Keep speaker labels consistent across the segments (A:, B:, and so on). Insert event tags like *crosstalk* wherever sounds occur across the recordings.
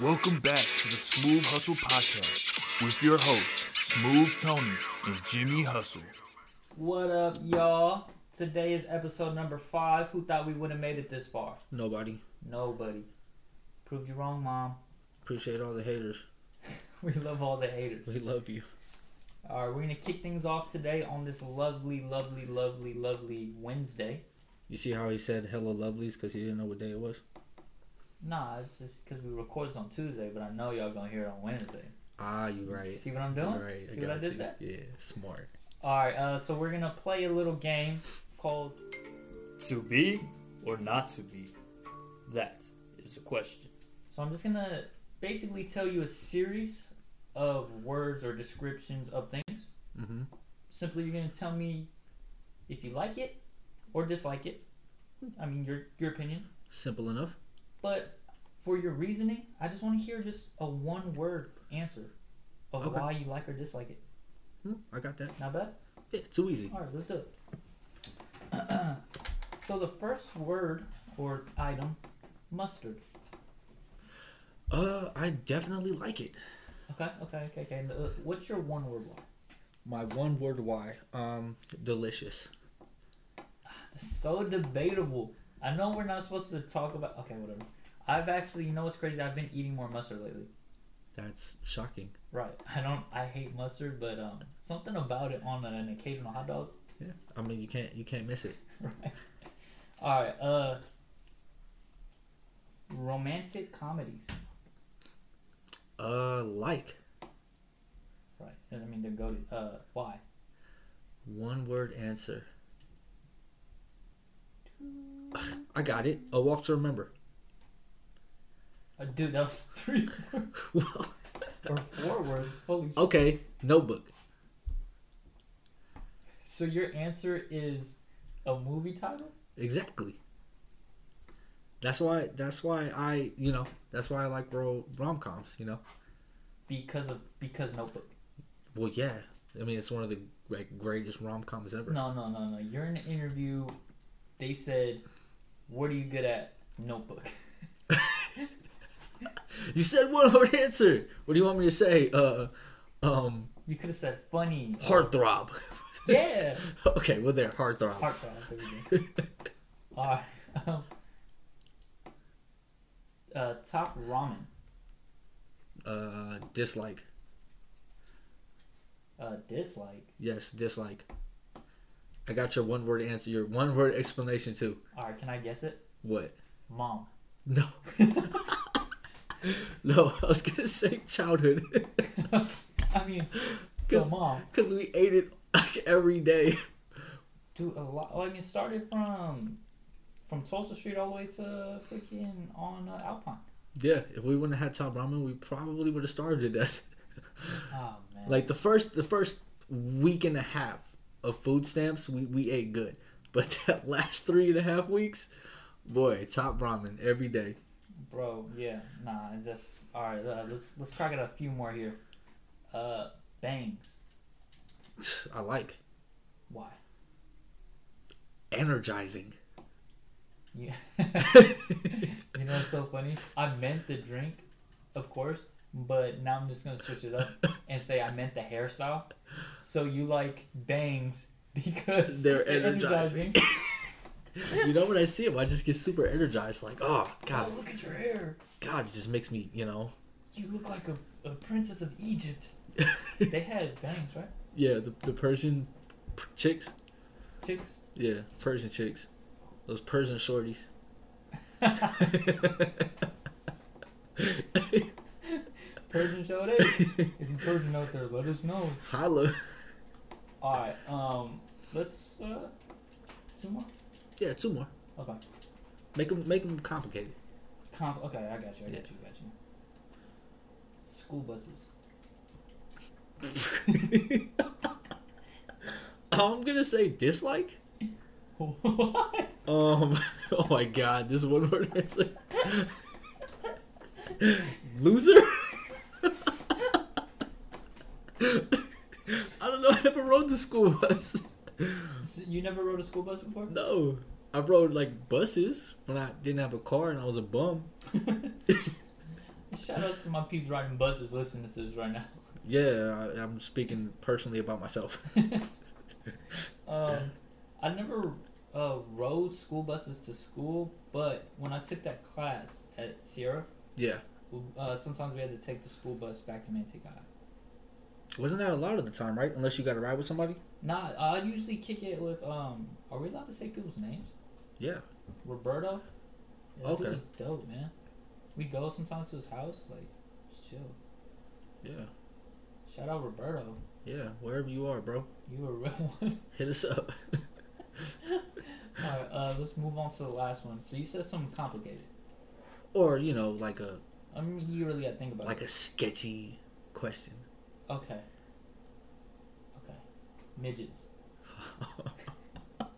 A: Welcome back to the Smooth Hustle Podcast with your hosts, Smooth Tony and Jimmy Hustle.
B: What up, y'all? Today is episode number five. Who thought we would have made it this far?
C: Nobody.
B: Nobody. Proved you wrong, Mom. *laughs*
C: Appreciate all the haters.
B: We love all the haters.
C: We love you.
B: All right, we're going to kick things off today on this lovely, lovely, lovely, lovely Wednesday.
C: You see how he said hello lovelies because he didn't know what day it was?
B: Nah, it's just because we record this on Tuesday, but I know y'all going to hear it on Wednesday.
C: Ah, you right.
B: See what I'm doing?
C: You right.
B: See what I
C: got
B: did
C: you.
B: there?
C: Yeah, smart.
B: All right, uh, so we're going to play a little game called
A: To be or not to be? That is the question.
B: So I'm just gonna basically tell you a series of words or descriptions of things.
C: Mhm.
B: Simply, you're gonna tell me if you like it or dislike it. I mean, your your opinion.
C: Simple enough.
B: But for your reasoning, I just want to hear just a one word answer of
C: Okay.
B: why you like or dislike it.
C: Hmm, I got that.
B: Not bad.
C: Yeah, too easy.
B: All right, let's do it. *clears throat* so the first word or item, mustard.
C: Uh, I definitely like it.
B: Okay, okay, okay, okay. And, uh, What's your one word why?
C: My one word why. Um, delicious.
B: so debatable. I know we're not supposed to talk about. Okay, whatever. I've actually, you know what's crazy? I've been eating more mustard lately.
C: That's shocking.
B: Right. I don't. I hate mustard, but um, something about it on an occasional hot dog. *laughs*
C: Yeah. I mean, you can't you can't miss it.
B: Right. All right. Uh. Romantic comedies.
C: Uh, like
B: Right. I mean, they're goaded. Uh, why?
C: one word answer. *sighs* I got it. A walk to remember. *laughs*
B: Uh, dude, that was *laughs* three words or four words. Holy. sh-
C: *laughs* okay. Notebook.
B: So your answer is a movie title.
C: Exactly. That's why. That's why I. You know. That's why I like ro- rom coms. You know.
B: Because of because Notebook.
C: Well, yeah. I mean, it's one of the like greatest rom coms ever. *laughs*
B: No, no, no, no. You're in an interview. They said, "What are you good at?" Notebook. *laughs*
C: You said one word answer. What do you want me to say? Uh, um,
B: You could have said
C: *laughs*
B: funny.
C: heartthrob.
B: yeah.
C: okay. Well, there, heartthrob.
B: Heart All right. Um, uh, top ramen.
C: *laughs* uh, dislike.
B: Uh, dislike.
C: Yes, dislike. I got your one word answer. Your one word explanation too.
B: All right. Can I guess it?
C: What?
B: Mom. *laughs*
C: No. *laughs* no, I was gonna say childhood *laughs*
B: I mean, so
C: Guess-
B: mom.
C: because we ate it like every day.
B: Do a lot. Well, I mean, it started from from Tulsa Street all the way to freaking on uh, Alpine.
C: Yeah, if we wouldn't have had top ramen, we probably would have starved to death.
B: Oh man.
C: like the first, the first week and a half of food stamps, we we ate good, but *laughs* that last three and a half weeks, boy, top ramen every day. *sniffs*
B: Bro, yeah, nah, that's all right. Uh, let's let's crack it a few more here. Uh, bangs.
C: I like
B: Why?
C: energizing. *laughs*
B: *laughs* Yeah. you know what's so funny? I meant the drink, of course, but now I'm just gonna switch it up and say I meant the hairstyle. So you like bangs because
C: *laughs* They're energizing. *laughs* you know when I see him, I just get super energized. Like, oh
B: oh,
C: god,
B: look at your hair.
C: god, it just makes me, you know, *laughs*
B: You look like a, a princess of Egypt. they had bangs, right?
C: yeah, the the Persian p- chicks,
B: Chicks.
C: yeah, Persian chicks, those Persian shorties.
B: Persian showed it. if you Persian out there, let us know.
C: Holla. *laughs*
B: All right. Um, let's uh, two more.
C: Yeah, two more.
B: Okay.
C: Make them, make them complicated.
B: Comp- okay, I got you. I
C: Yeah.
B: got you. Got you. School buses.
C: I'm gonna say dislike.
B: What?
C: Um. *laughs* Oh my god, this one word *laughs* answer. Loser. *laughs* I don't know. I never rode the school bus. *laughs*
B: So you never rode a school bus before?
C: No, I rode like buses when I didn't have a car and I was a bum.
B: Shout out to my people riding buses listening to this right now.
C: Yeah, I, I'm speaking personally about myself. *laughs*
B: Um, I never uh, rode school buses to school, but when I took that class at Sierra,
C: yeah,
B: uh, sometimes we had to take the school bus back to Manteca.
C: wasn't that a lot of the time, right? Unless you got to ride with somebody.
B: Nah, I usually kick it with. Um, are we allowed to say people's names?
C: Yeah.
B: Roberto. Yeah, that dude
C: Okay.
B: was dope, man. We go sometimes to his house, like, just chill.
C: Yeah.
B: Shout out Roberto.
C: Yeah. Wherever you are, bro,
B: You were a real *laughs* one.
C: hit us up. *laughs*
B: All right, uh, let's move on to the last one. So you said something complicated.
C: or you know, like a
B: I mean, you really gotta think about
C: like
B: it.
C: a sketchy question.
B: Okay. Okay.
C: *laughs*
B: Midgets. Let's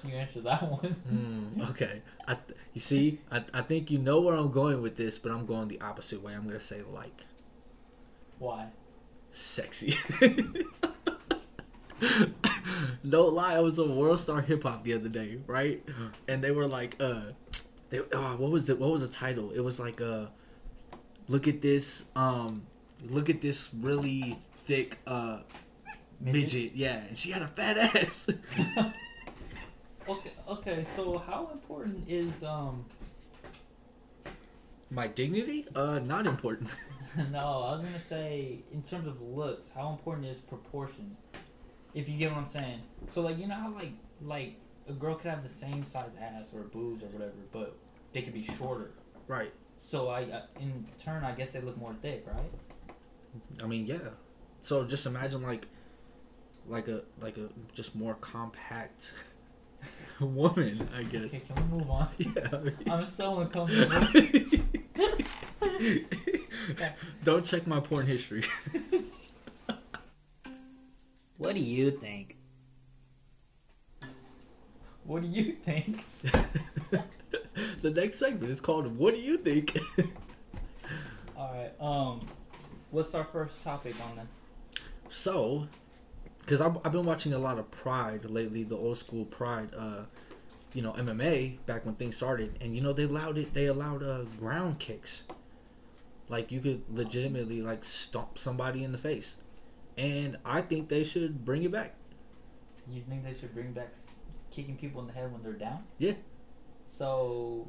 B: see you answer that one.
C: Hmm, *laughs* okay. I th- you see, I, I think you know where I'm going with this, but I'm going the opposite way. I'm gonna say like
B: Why?
C: sexy. *laughs* no lie, I was on World Star Hip Hop the other day, right? And they were like, uh, they oh, what was it? What was the title? It was like, uh, look at this, um, look at this really thick uh midget, yeah, and she had a fat ass.
B: *laughs*
C: *laughs*
B: Okay. Okay. So how important is um?
C: My dignity? Uh, not important. *laughs*
B: *laughs* No, I was gonna say in terms of looks, how important is proportion? If you get what I'm saying. So like you know how like like a girl could have the same size ass or boobs or whatever, but they could be shorter.
C: Right.
B: So I I- in turn I guess they look more thick, right?
C: I mean, yeah. So just imagine like, like a like a just more compact *laughs* woman, I guess. *laughs*
B: Okay, can we move on? *laughs*
C: Yeah. I mean-
B: I'm so uncomfortable.
C: Uh. *laughs* Don't check my porn *laughs* history.
B: What do you think? What do you think?
C: *laughs* the next segment is called "What Do You Think?" *laughs*
B: All right. Um, what's our first topic on the?
C: so, because I've, I've been watching a lot of Pride lately, the old school Pride, uh, you know, MMA back when things started, and you know they allowed it. They allowed uh, ground kicks, like you could legitimately like stomp somebody in the face, and I think they should bring it back.
B: You think they should bring back s- kicking people in the head when they're down?
C: Yeah.
B: So,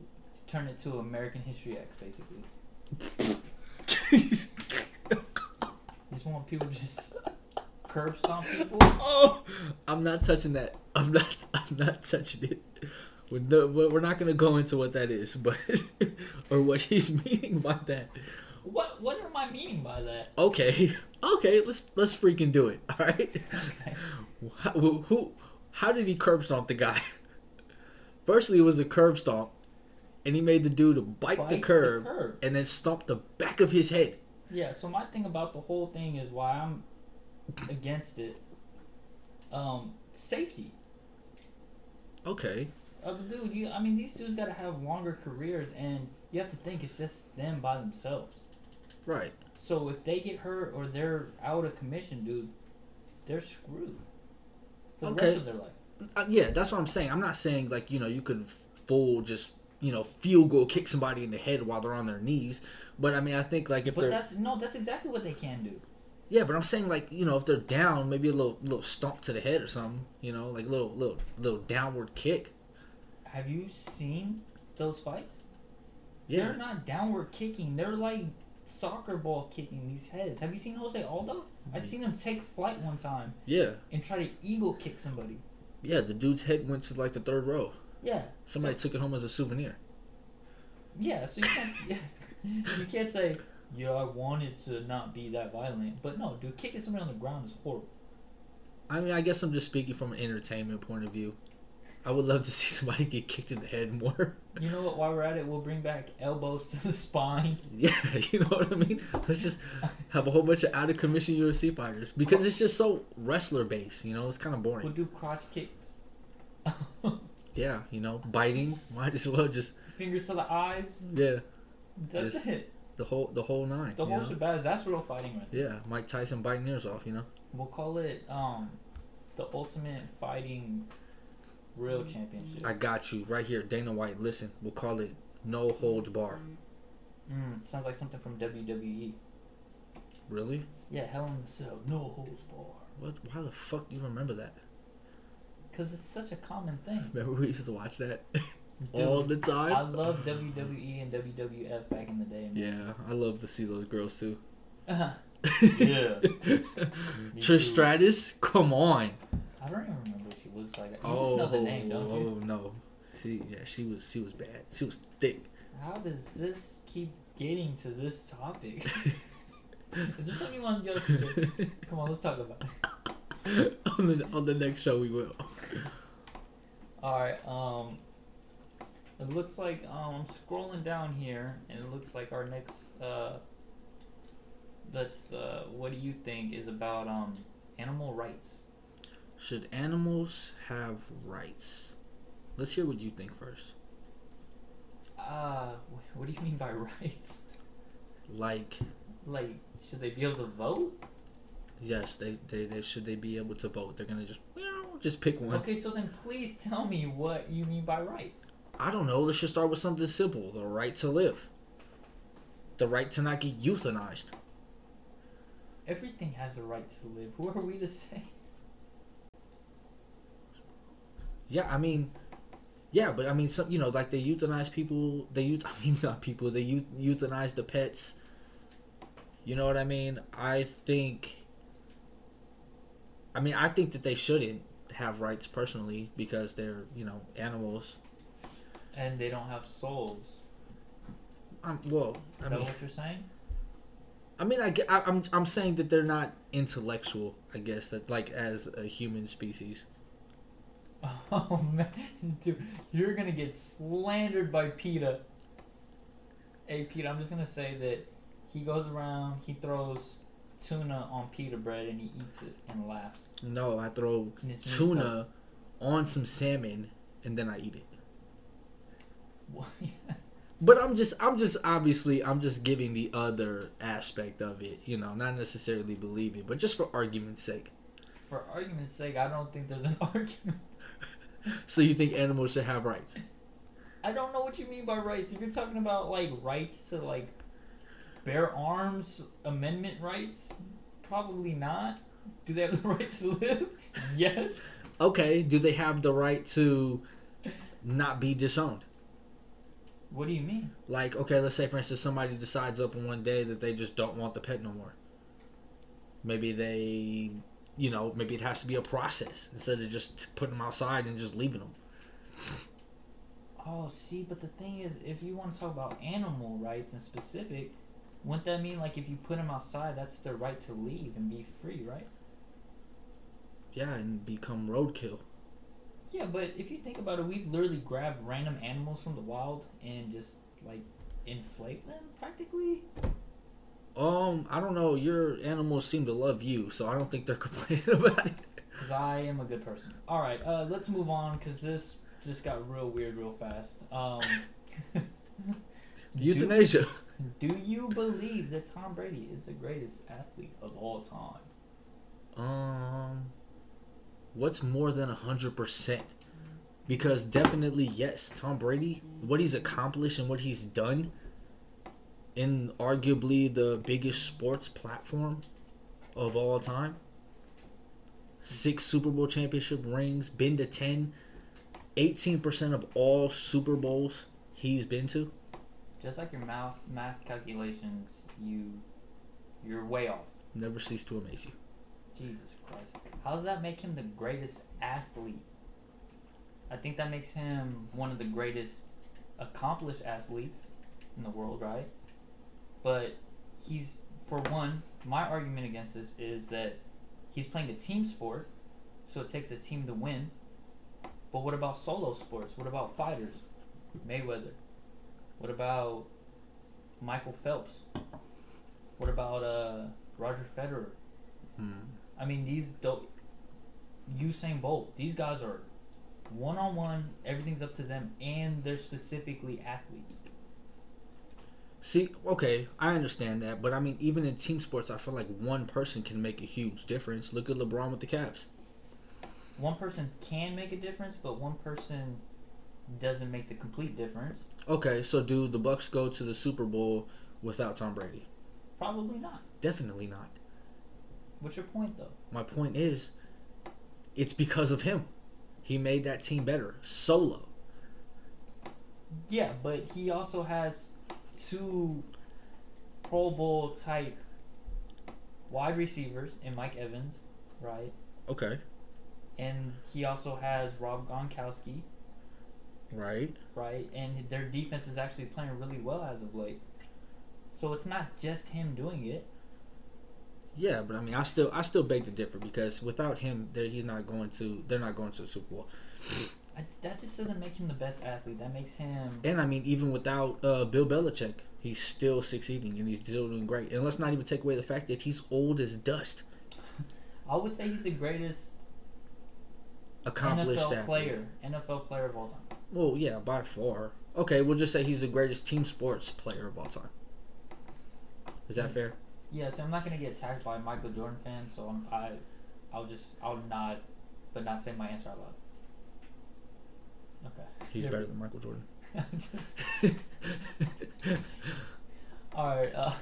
B: turn it to American History X, basically. Just want people to *laughs* just curb stomp people.
C: Oh, I'm not touching that. I'm not. *laughs* I'm not touching it. We're, no, we're not gonna go into what that is, but *laughs* or what he's meaning by that.
B: What What am I meaning by that?
C: Okay, *laughs* okay, let's let's freaking do it. *laughs* All right.
B: Okay.
C: How, who, who? How did he curb stomp the guy? *laughs* Firstly, it was a curb stomp, and he made the dude bite,
B: Bite
C: the,
B: the
C: curb,
B: curb.
C: and then stomp the back of his head.
B: Yeah, so my thing about the whole thing is why I'm against it. Um, safety.
C: Okay.
B: Uh, but dude, you, I mean, these dudes got to have longer careers, and you have to think it's just them by themselves.
C: Right.
B: So if they get hurt or they're out of commission, dude, they're screwed for the
C: Okay.
B: rest of their life.
C: uh, yeah, that's what I'm saying. I'm not saying like you know you could full just you know field goal kick somebody in the head while they're on their knees, but I mean I think like if
B: But
C: they're
B: that's no, that's exactly what they can do.
C: yeah, but I'm saying like you know if they're down, maybe a little little stomp to the head or something, you know, like a little little little downward kick.
B: Have you seen those fights?
C: Yeah,
B: They're not downward kicking. They're like soccer ball kicking these heads. Have you seen Jose Aldo? I seen him take flight one time
C: yeah,
B: and try to eagle kick somebody.
C: yeah. The dude's head went to like the third row.
B: Yeah.
C: Somebody took it home as a souvenir.
B: Yeah, so you can't, *laughs* you can't say, yeah, I wanted to not be that violent. But no, dude, kicking somebody on the ground is horrible.
C: I mean, I guess I'm just speaking from an entertainment point of view. I would love to *laughs* see somebody get kicked in the head more.
B: You know what? While we're at it, we'll bring back elbows to the *laughs* spine.
C: *laughs* Yeah, *laughs* you know what I mean. Let's *laughs* just have a whole bunch of out of commission UFC fighters because it's just so wrestler based. You know, it's kind of
B: We'll
C: boring.
B: do crotch kicks. *laughs*
C: Yeah, you know, biting. *laughs* Might as well just
B: Fingers to the eyes.
C: yeah,
B: That's
C: Yes.
B: it.
C: the whole the whole nine.
B: The
C: you
B: whole
C: know?
B: shabazz. That's real fighting right there.
C: Yeah, Mike Tyson biting ears off. You know.
B: We'll call it um, the ultimate fighting real
C: Mm.
B: championship.
C: I got you right here, Dana White. Listen, we'll call it no holds bar.
B: Mm, sounds like something from WWE.
C: Really?
B: Yeah, Hell in a Cell, no holds barred.
C: What? Why the fuck do you remember that? *laughs*
B: Cause it's such a common thing.
C: Remember we used to watch that
B: Dude,
C: all the time.
B: I love WWE E and WWF back in the day. Man.
C: yeah, I love to see those girls too.
B: Yeah.
C: *laughs*
B: Me too.
C: Trish Stratus, come on.
B: I don't even remember what she looks like. You just know the name, don't you?
C: oh, no. She yeah, she was she was bad. She was thick. *laughs*
B: How does this keep getting to this
C: *laughs*
B: topic? Is there something you want to go to? Come on, let's talk about it.
C: on the on the next show we will.
B: Alright, um it looks like um I'm scrolling down here and it looks like our next uh that's uh what do you think is about um animal rights.
C: Should animals have rights? Let's hear what you think first.
B: Uh wh- what do you mean by *laughs* rights?
C: Like,
B: Like should they be able to vote?
C: yes, they, they, they should they be able to vote? They're gonna just meow, just pick one.
B: Okay, so then please tell me what you mean by rights.
C: I don't know. Let's just start with something simple: the right to live, the right to not get euthanized.
B: Everything has a right to live. *laughs* Who are we to say?
C: Yeah, I mean, yeah, but I mean, some you know, like they euthanize people. They euth- *laughs* I mean, not people. They euth- euthanize the pets. You know what I mean? I think. I mean, I think that they shouldn't have rights personally because they're you know animals.
B: And they don't have souls.
C: Um, well,
B: Is
C: I
B: that
C: mean,
B: what you're saying?
C: I mean, I, ge- I, am I'm saying that they're not intellectual. I guess that like as a human species.
B: *laughs* Oh man, dude, you're gonna get slandered by PETA. Hey PETA, I'm just gonna say that he goes around, he throws tuna on pita bread and he eats it and laughs.
C: No, I throw
B: And it's really funny. *laughs*
C: tuna on some salmon and then I eat it.
B: What?
C: But I'm just I'm just obviously I'm just giving the other aspect of it, you know, not necessarily believing, but just for argument's sake.
B: For argument's sake, I don't think there's an *laughs* argument.
C: So you think animals should have rights?
B: I don't know what you mean by rights. If you're talking about like rights to like bear arms, amendment rights, probably not. Do they have the *laughs* right to live? yes.
C: Okay, do they have the right to not be disowned?
B: What do you mean?
C: Like, okay, let's say for instance somebody decides up on one day that they just don't want the pet no more. Maybe they you know, maybe it has to be a process instead of just putting them outside and just leaving them.
B: Oh, see, but the thing is, if you want to talk about animal rights in specific, wouldn't that mean like if you put them outside, that's their right to leave and be free, right?
C: Yeah, and become roadkill.
B: Yeah, but if you think about it, we've literally grabbed random animals from the wild and just like enslaved them practically.
C: Um, I don't know. Your animals seem to love you, so I don't think they're *laughs* complaining about it.
B: Cause I am a good person. All right, uh, let's move on. Cause this just got real weird real fast. Um, *laughs*
C: Euthanasia.
B: do you believe that Tom Brady is the greatest athlete of all time?
C: Um, what's more than hundred percent? Because definitely yes, Tom Brady. What he's accomplished and what he's done in arguably the biggest sports platform of all time. Six Super Bowl championship rings, been to 10, 18% of all Super Bowls he's been to.
B: Just like your math math calculations, you you're way off.
C: never cease to amaze you.
B: Jesus Christ. How does that make him the greatest athlete? I think that makes him one of the greatest accomplished athletes in the world, right? But he's for one, my argument against this is that he's playing a team sport, so it takes a team to win. But what about solo sports? What about fighters? Mayweather. What about Michael Phelps? What about uh, Roger Federer? I mean, these do- Usain Bolt. These guys are one on one. Everything's up to them, and they're specifically athletes.
C: See, okay, I understand that, but I mean, even in team sports, I feel like one person can make a huge difference. Look at LeBron with the Cavs.
B: One person can make a difference, but one person doesn't make the complete difference.
C: Okay, so do the Bucks go to the Super Bowl without Tom Brady?
B: Probably not.
C: Definitely not.
B: What's your point though?
C: My point is, it's because of him. He made that team better solo.
B: Yeah, but he also has two Pro Bowl type wide receivers in Mike Evans, right?
C: Okay.
B: And he also has Rob Gronkowski,
C: Right.
B: right? And their defense is actually playing really well as of late. So it's not just him doing it.
C: Yeah, but I mean, I still I still beg to differ because without him, there he's not going to. They're not going to the Super Bowl.
B: I, that just doesn't make him the best athlete. That makes him.
C: And I mean, even without uh, Bill Belichick, he's still succeeding and he's still doing great. And let's not even take away the fact that he's old as dust,
B: I would say he's the greatest
C: accomplished
B: NFL
C: athlete.
B: player, NFL player of all time.
C: Well, yeah, by far. Okay, we'll just say he's the greatest team sports player of all time. Is that fair?
B: Yeah, so I'm not gonna get attacked by Michael Jordan fans. So I'm, I, I'll just I'll nod, but not say my answer out loud. Okay.
C: He's
B: Yeah.
C: better than
B: *laughs*
C: Michael Jordan.
B: I'm just- all right. Uh,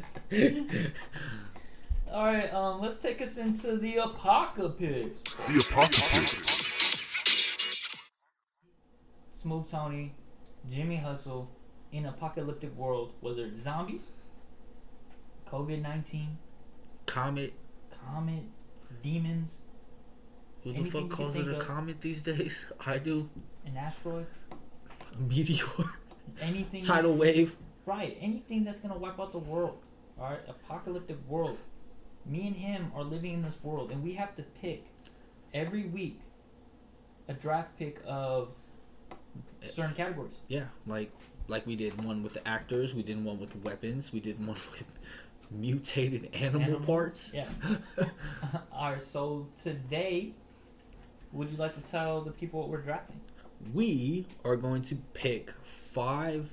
B: *laughs* all right. Um, let's take us into the apocalypse.
A: The apocalypse.
B: Smooth Tony, Jimmy Hustle, in apocalyptic world, whether it's zombies, COVID nineteen,
C: Comet.
B: comet, demons,
C: Who the
B: Anything you
C: fuck calls
B: think
C: it a
B: of.
C: comet these days? *laughs* I do.
B: an asteroid,
C: A meteor.
B: anything.
C: Tidal wave.
B: Right, anything that's gonna wipe out the world. Alright, apocalyptic world. Me and him are living in this world and we have to pick every week a draft pick of certain categories.
C: Yeah, like like we did one with the actors, we did one with weapons, we did one *laughs* with mutated animal,
B: Animal.
C: parts.
B: Yeah. *laughs* Alright, so today would you like to tell the people what we're drafting?
C: we are going to pick five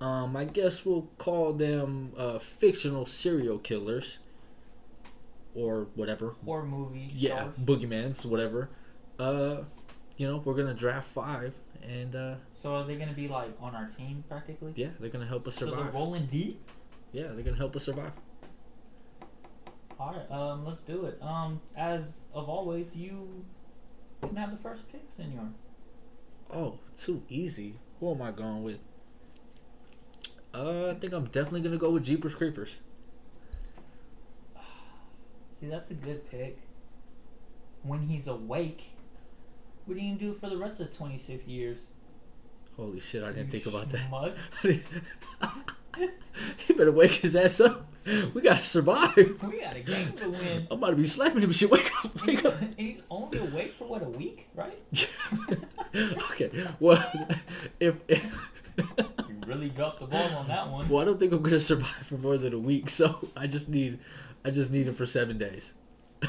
C: um i guess we'll call them uh fictional serial killers or whatever
B: Horror movie.
C: yeah
B: stars.
C: boogeymans whatever uh you know we're gonna draft five and uh
B: So are they gonna be like on our team practically?
C: yeah they're gonna help us
B: So they're
C: survive
B: rolling deep?
C: yeah they're gonna help us survive
B: All right, um, let's do it. Um, as of always, you can have the first pick, Senor.
C: oh too easy who am i going with uh i think i'm definitely gonna go with jeepers creepers
B: See, that's a good pick. When he's awake, what do you do for the rest of twenty six years?
C: holy shit i didn't
B: You
C: think about that *laughs*
B: schmuck. *laughs*
C: he better wake his ass up. We gotta survive.
B: We got a game to win,
C: I'm about to be slapping him. Shit, wake up,
B: and he's,
C: *laughs* wake
B: *laughs*
C: up. *laughs*
B: and he's only awake for what a week, right?
C: okay, well, if, if *laughs*
B: You really dropped the ball on that one.
C: well, I don't think I'm gonna survive for more than a week. So I just need, I just need him for seven days. *laughs*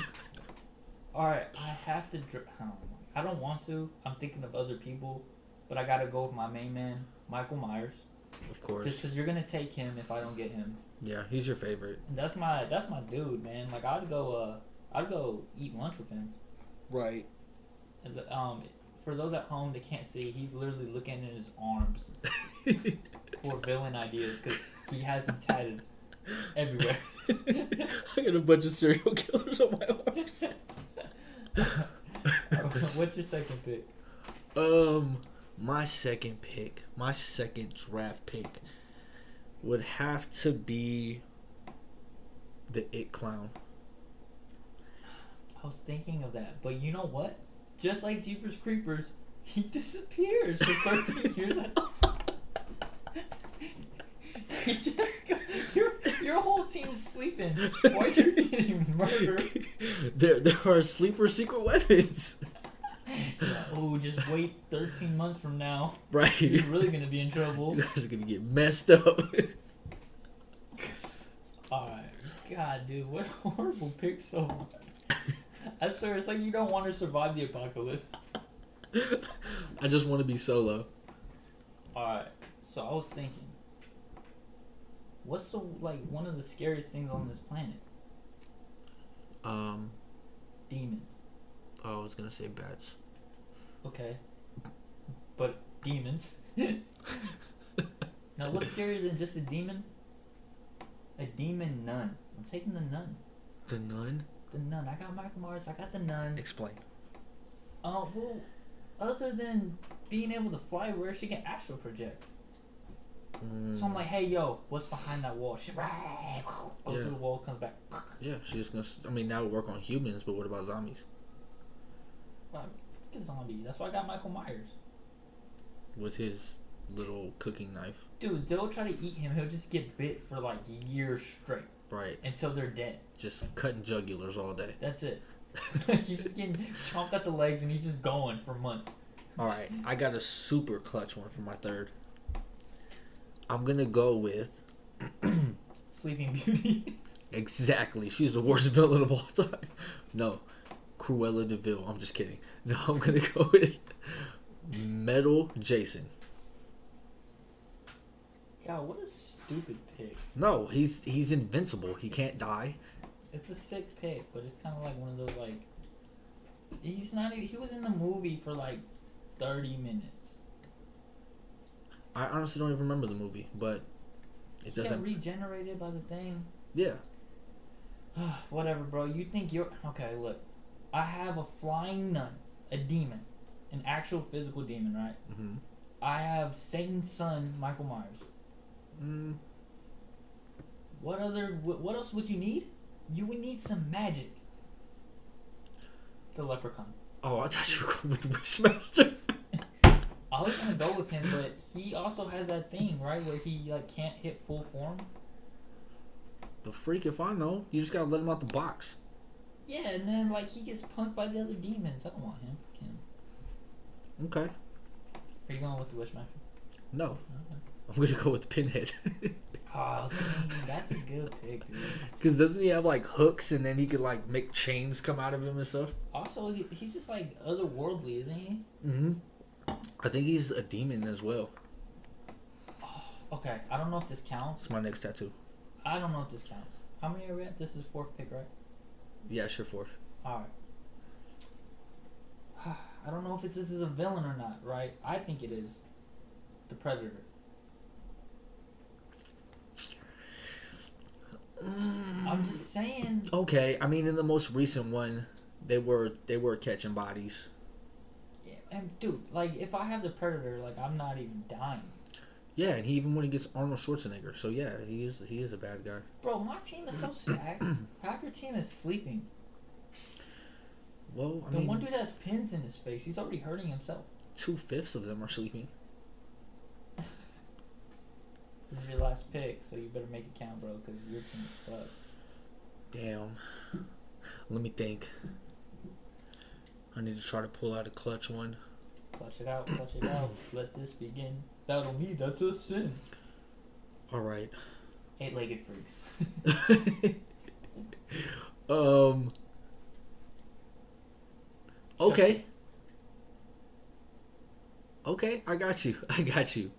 B: All right, I have to. Dr- I don't know. I don't want to. I'm thinking of other people, but I gotta go with my main man, Michael Myers,
C: Of
B: just
C: course.
B: because you're gonna take him if I don't get him.
C: Yeah, he's your favorite.
B: That's my that's my dude, man. Like I'd go uh I'd go eat lunch with him.
C: *laughs* Right.
B: And the- Um, for those at home that can't see, he's literally looking at his arms for villain ideas because he has them tatted
C: *laughs*
B: everywhere. *laughs*
C: I got a bunch of serial killers on my arms.
B: What's your second pick?
C: Um, my second pick, my second draft pick, would have to be the It Clown.
B: I was thinking of that, but you know what? Just like Jeepers Creepers, he *laughs* disappears for
C: *laughs*
B: 13 years. he just go, your your whole team's sleeping while you're getting murdered.
C: *laughs* there, there are sleeper secret weapons, *laughs*
B: Oh, just wait 13 months from now.
C: right?
B: You're
C: You
B: really gonna be in trouble.
C: guys are gonna get messed up. *laughs*
B: Alright. God, dude, what a horrible pick so far. I swear, it's like you don't want to survive the apocalypse.
C: I just want to be solo.
B: Alright, so I was thinking, what's the, like, one of the scariest things on this planet?
C: Um,
B: Demons.
C: oh, I was gonna say bats.
B: Okay. But demons. now, what's scarier than just a demon? A demon nun. I'm taking the nun.
C: The nun?
B: The nun. I got Michael Myers. I got the nun.
C: Explain.
B: Uh, well, other than being able to fly, where she can astral project.
C: Mm.
B: So I'm like, hey, yo, what's behind that wall? She goes
C: Yeah.
B: to the wall, comes back.
C: yeah, she's gonna. s- I mean, that would work on humans, but what about zombies?
B: Like, fuck a zombie. That's why I got Michael Myers.
C: With his little cooking knife,
B: Dude, they'll try to eat him. He'll just get bit for like years straight
C: right?
B: until they're dead.
C: Just cutting jugulars all day.
B: That's it. *laughs* he's just getting chomped at the legs and he's just going for months.
C: All right, I got a super clutch one for my third. I'm gonna go with
B: Sleeping Beauty. *laughs*
C: exactly. She's the worst *laughs* villain of all time. No, Cruella Deville. I'm just kidding. No, *laughs* I'm gonna go with Metal Jason.
B: God, what a stupid pick.
C: No, he's he's invincible. He can't die.
B: It's a sick pick, but it's kind of like one of those like. He's not. even- He was in the movie for like, thirty minutes.
C: I honestly don't even remember the movie, but it
B: He got
C: doesn't.
B: regenerated by the thing.
C: Yeah,
B: *sighs* Whatever, bro. You think you're okay? Look, I have a flying nun, a demon, an actual physical demon, right?
C: hmm
B: I have Satan's son, Michael Myers.
C: Mm,
B: What other? What, what else would you need? You would need some magic. The leprechaun.
C: oh, I thought you were going with the Wishmaster.
B: I was gonna go with him, but he also has that thing, right, where he like can't hit full form.
C: The freak, if I know, you just gotta let him out the box.
B: Yeah, and then like he gets punked by the other demons. I don't want him. Fuck him.
C: Okay.
B: Are you going with the wishmaster?
C: No,
B: Okay.
C: I'm gonna go with Pinhead. *laughs*
B: Oh, I was thinking, that's a good pick, dude.
C: Because doesn't he have like hooks and then he could like make chains come out of him and stuff?
B: Also, he, he's just like otherworldly, isn't he?
C: Mm-hmm. I think he's a demon as well.
B: Okay, I don't know if this counts.
C: It's my next tattoo.
B: I don't know if this counts. How many are we at? This is fourth pick, right?
C: Yeah, sure, fourth.
B: All right. *sighs* I don't know if it's, this is a villain or not, right? I think it is. The Predator. I'm just *clears throat* saying.
C: Okay, I mean in the most recent one, they were they were catching bodies.
B: Yeah, and dude, like if I have the Predator, like I'm not even dying.
C: Yeah, and he even when he gets Arnold Schwarzenegger. So yeah, he is he is a bad guy.
B: Bro, my team is so *clears throat* stacked. Half your team is sleeping.
C: Well, I
B: The one
C: mean,
B: dude has pins in his face. He's already hurting himself.
C: two fifths of them are sleeping.
B: This is your last pick, so you better make it count, bro, because your team sucks.
C: Damn. Let me think. I need to try to pull out a clutch one.
B: Clutch it out, clutch it *coughs* out. Let this begin. Battle me, that's a sin.
C: All right. *laughs*
B: Eight-legged freaks.
C: um. Okay. Okay, I got you. *laughs* I got you.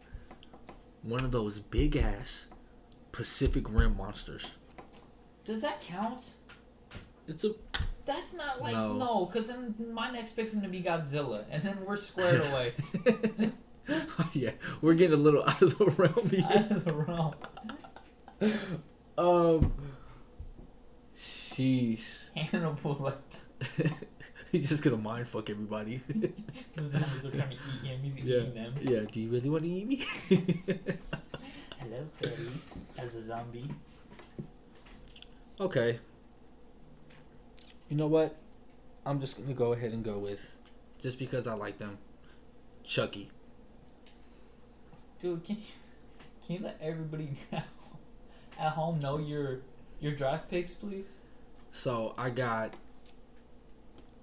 C: One of those big ass Pacific Rim monsters.
B: Does that count?
C: It's a
B: That's not like
C: No.
B: no, because then my next pick's gonna be Godzilla, and then we're
C: *laughs*
B: squared away
C: *laughs* yeah. We're getting a little *laughs* out of the realm here.
B: out of the realm.
C: Um. Sheesh. *laughs*
B: Hannibal left.
C: He's just gonna mind fuck everybody. *laughs*
B: The zombies are trying to eat him. He's
C: yeah.
B: eating them.
C: Yeah. Do you really want to eat me? *laughs*
B: Hello, buddies. As a zombie.
C: Okay. You know what? I'm just gonna go ahead and go with, just because I like them, Chucky.
B: Dude, can you, can you let everybody *laughs* at home know your your draft picks, please?
C: So I got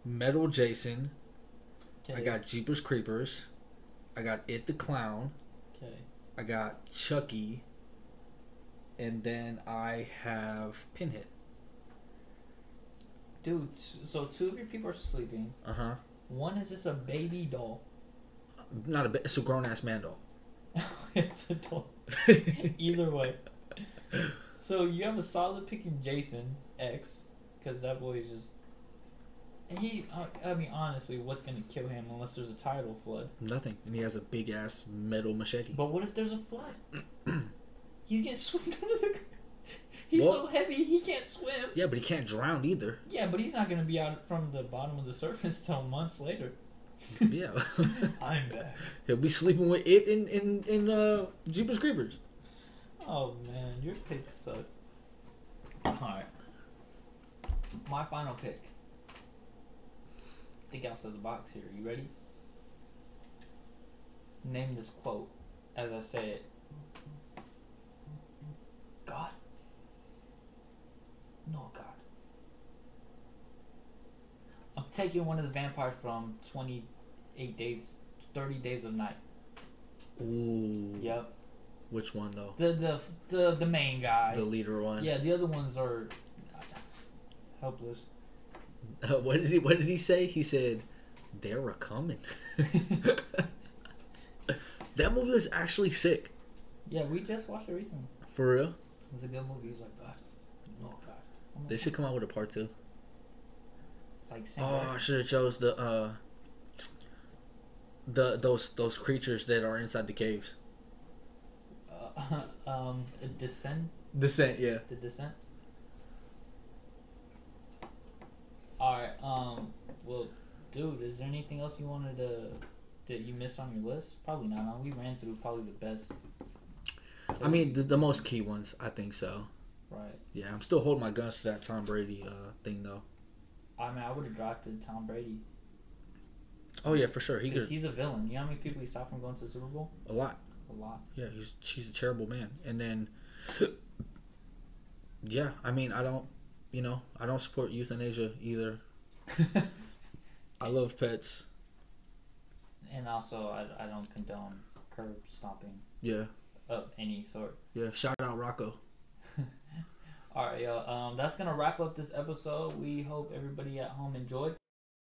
C: Metal Jason. I
B: Okay,
C: got Jeepers Creepers. I got It the Clown.
B: Okay.
C: I got Chucky. And then I have Pinhead.
B: Dude, s- so two of your people are sleeping.
C: Uh huh.
B: One is just a baby doll.
C: Not a bit. It's a grown ass man doll.
B: *laughs* it's a doll. Either way. So you have a solid pick in Jason X, because that boy is just he, I- I mean, honestly, what's gonna kill him unless there's a tidal flood? *laughs*
C: Nothing. And he has a big ass metal machete.
B: But what if there's a *clears throat* flood? He's getting swept *laughs* under the. gr- He's so heavy he can't swim.
C: Yeah, but he can't
B: *laughs*
C: drown either.
B: Yeah, but he's not gonna be out from the bottom of the surface till months later.
C: yeah. *laughs*
B: I'm back.
C: He'll be sleeping with it in in, in uh Jeepers Creepers.
B: Oh man, your picks suck. Alright. My final pick. Think outside the box here. You ready? Name this quote as I say it. God. No God. I'm taking one of the vampires from 28 days, 30 days of night.
C: Ooh.
B: Yep.
C: Which one though?
B: The the the, the main guy.
C: The leader one.
B: Yeah, the other ones are helpless.
C: *laughs* what did he What did he say? He said, "They're a coming." *laughs* that movie was actually sick.
B: Yeah, we just watched it recently.
C: For real.
B: It was a good movie. It was like God, no God. I'm like,
C: They should come out with a part two.
B: like same
C: Oh, I should have chose the uh the those those creatures that are inside the caves.
B: uh, *laughs* um the descent
C: Descent, yeah.
B: the descent. All right. Um. Well, dude, is there anything else you wanted to that you missed on your list? Probably not. Man. We ran through probably the best.
C: I mean, the, the most key ones, I think so.
B: right.
C: Yeah, I'm still holding my guns to that Tom Brady uh thing though.
B: I mean, I would have drafted Tom Brady
C: Oh yeah, for sure. He
B: because
C: could
B: he's a villain. You know how many people he stopped from going to the Super Bowl?
C: a lot.
B: A lot. *laughs*
C: Yeah, he's he's a terrible man. And then, *coughs* yeah, I mean, I don't, you know, I don't support euthanasia either. I love pets.
B: And also, I, I don't condone curb stomping
C: Yeah,
B: of any sort.
C: yeah. Shout out Rocco.
B: All right, y'all. Um, that's gonna wrap up this episode. We hope everybody at home enjoyed.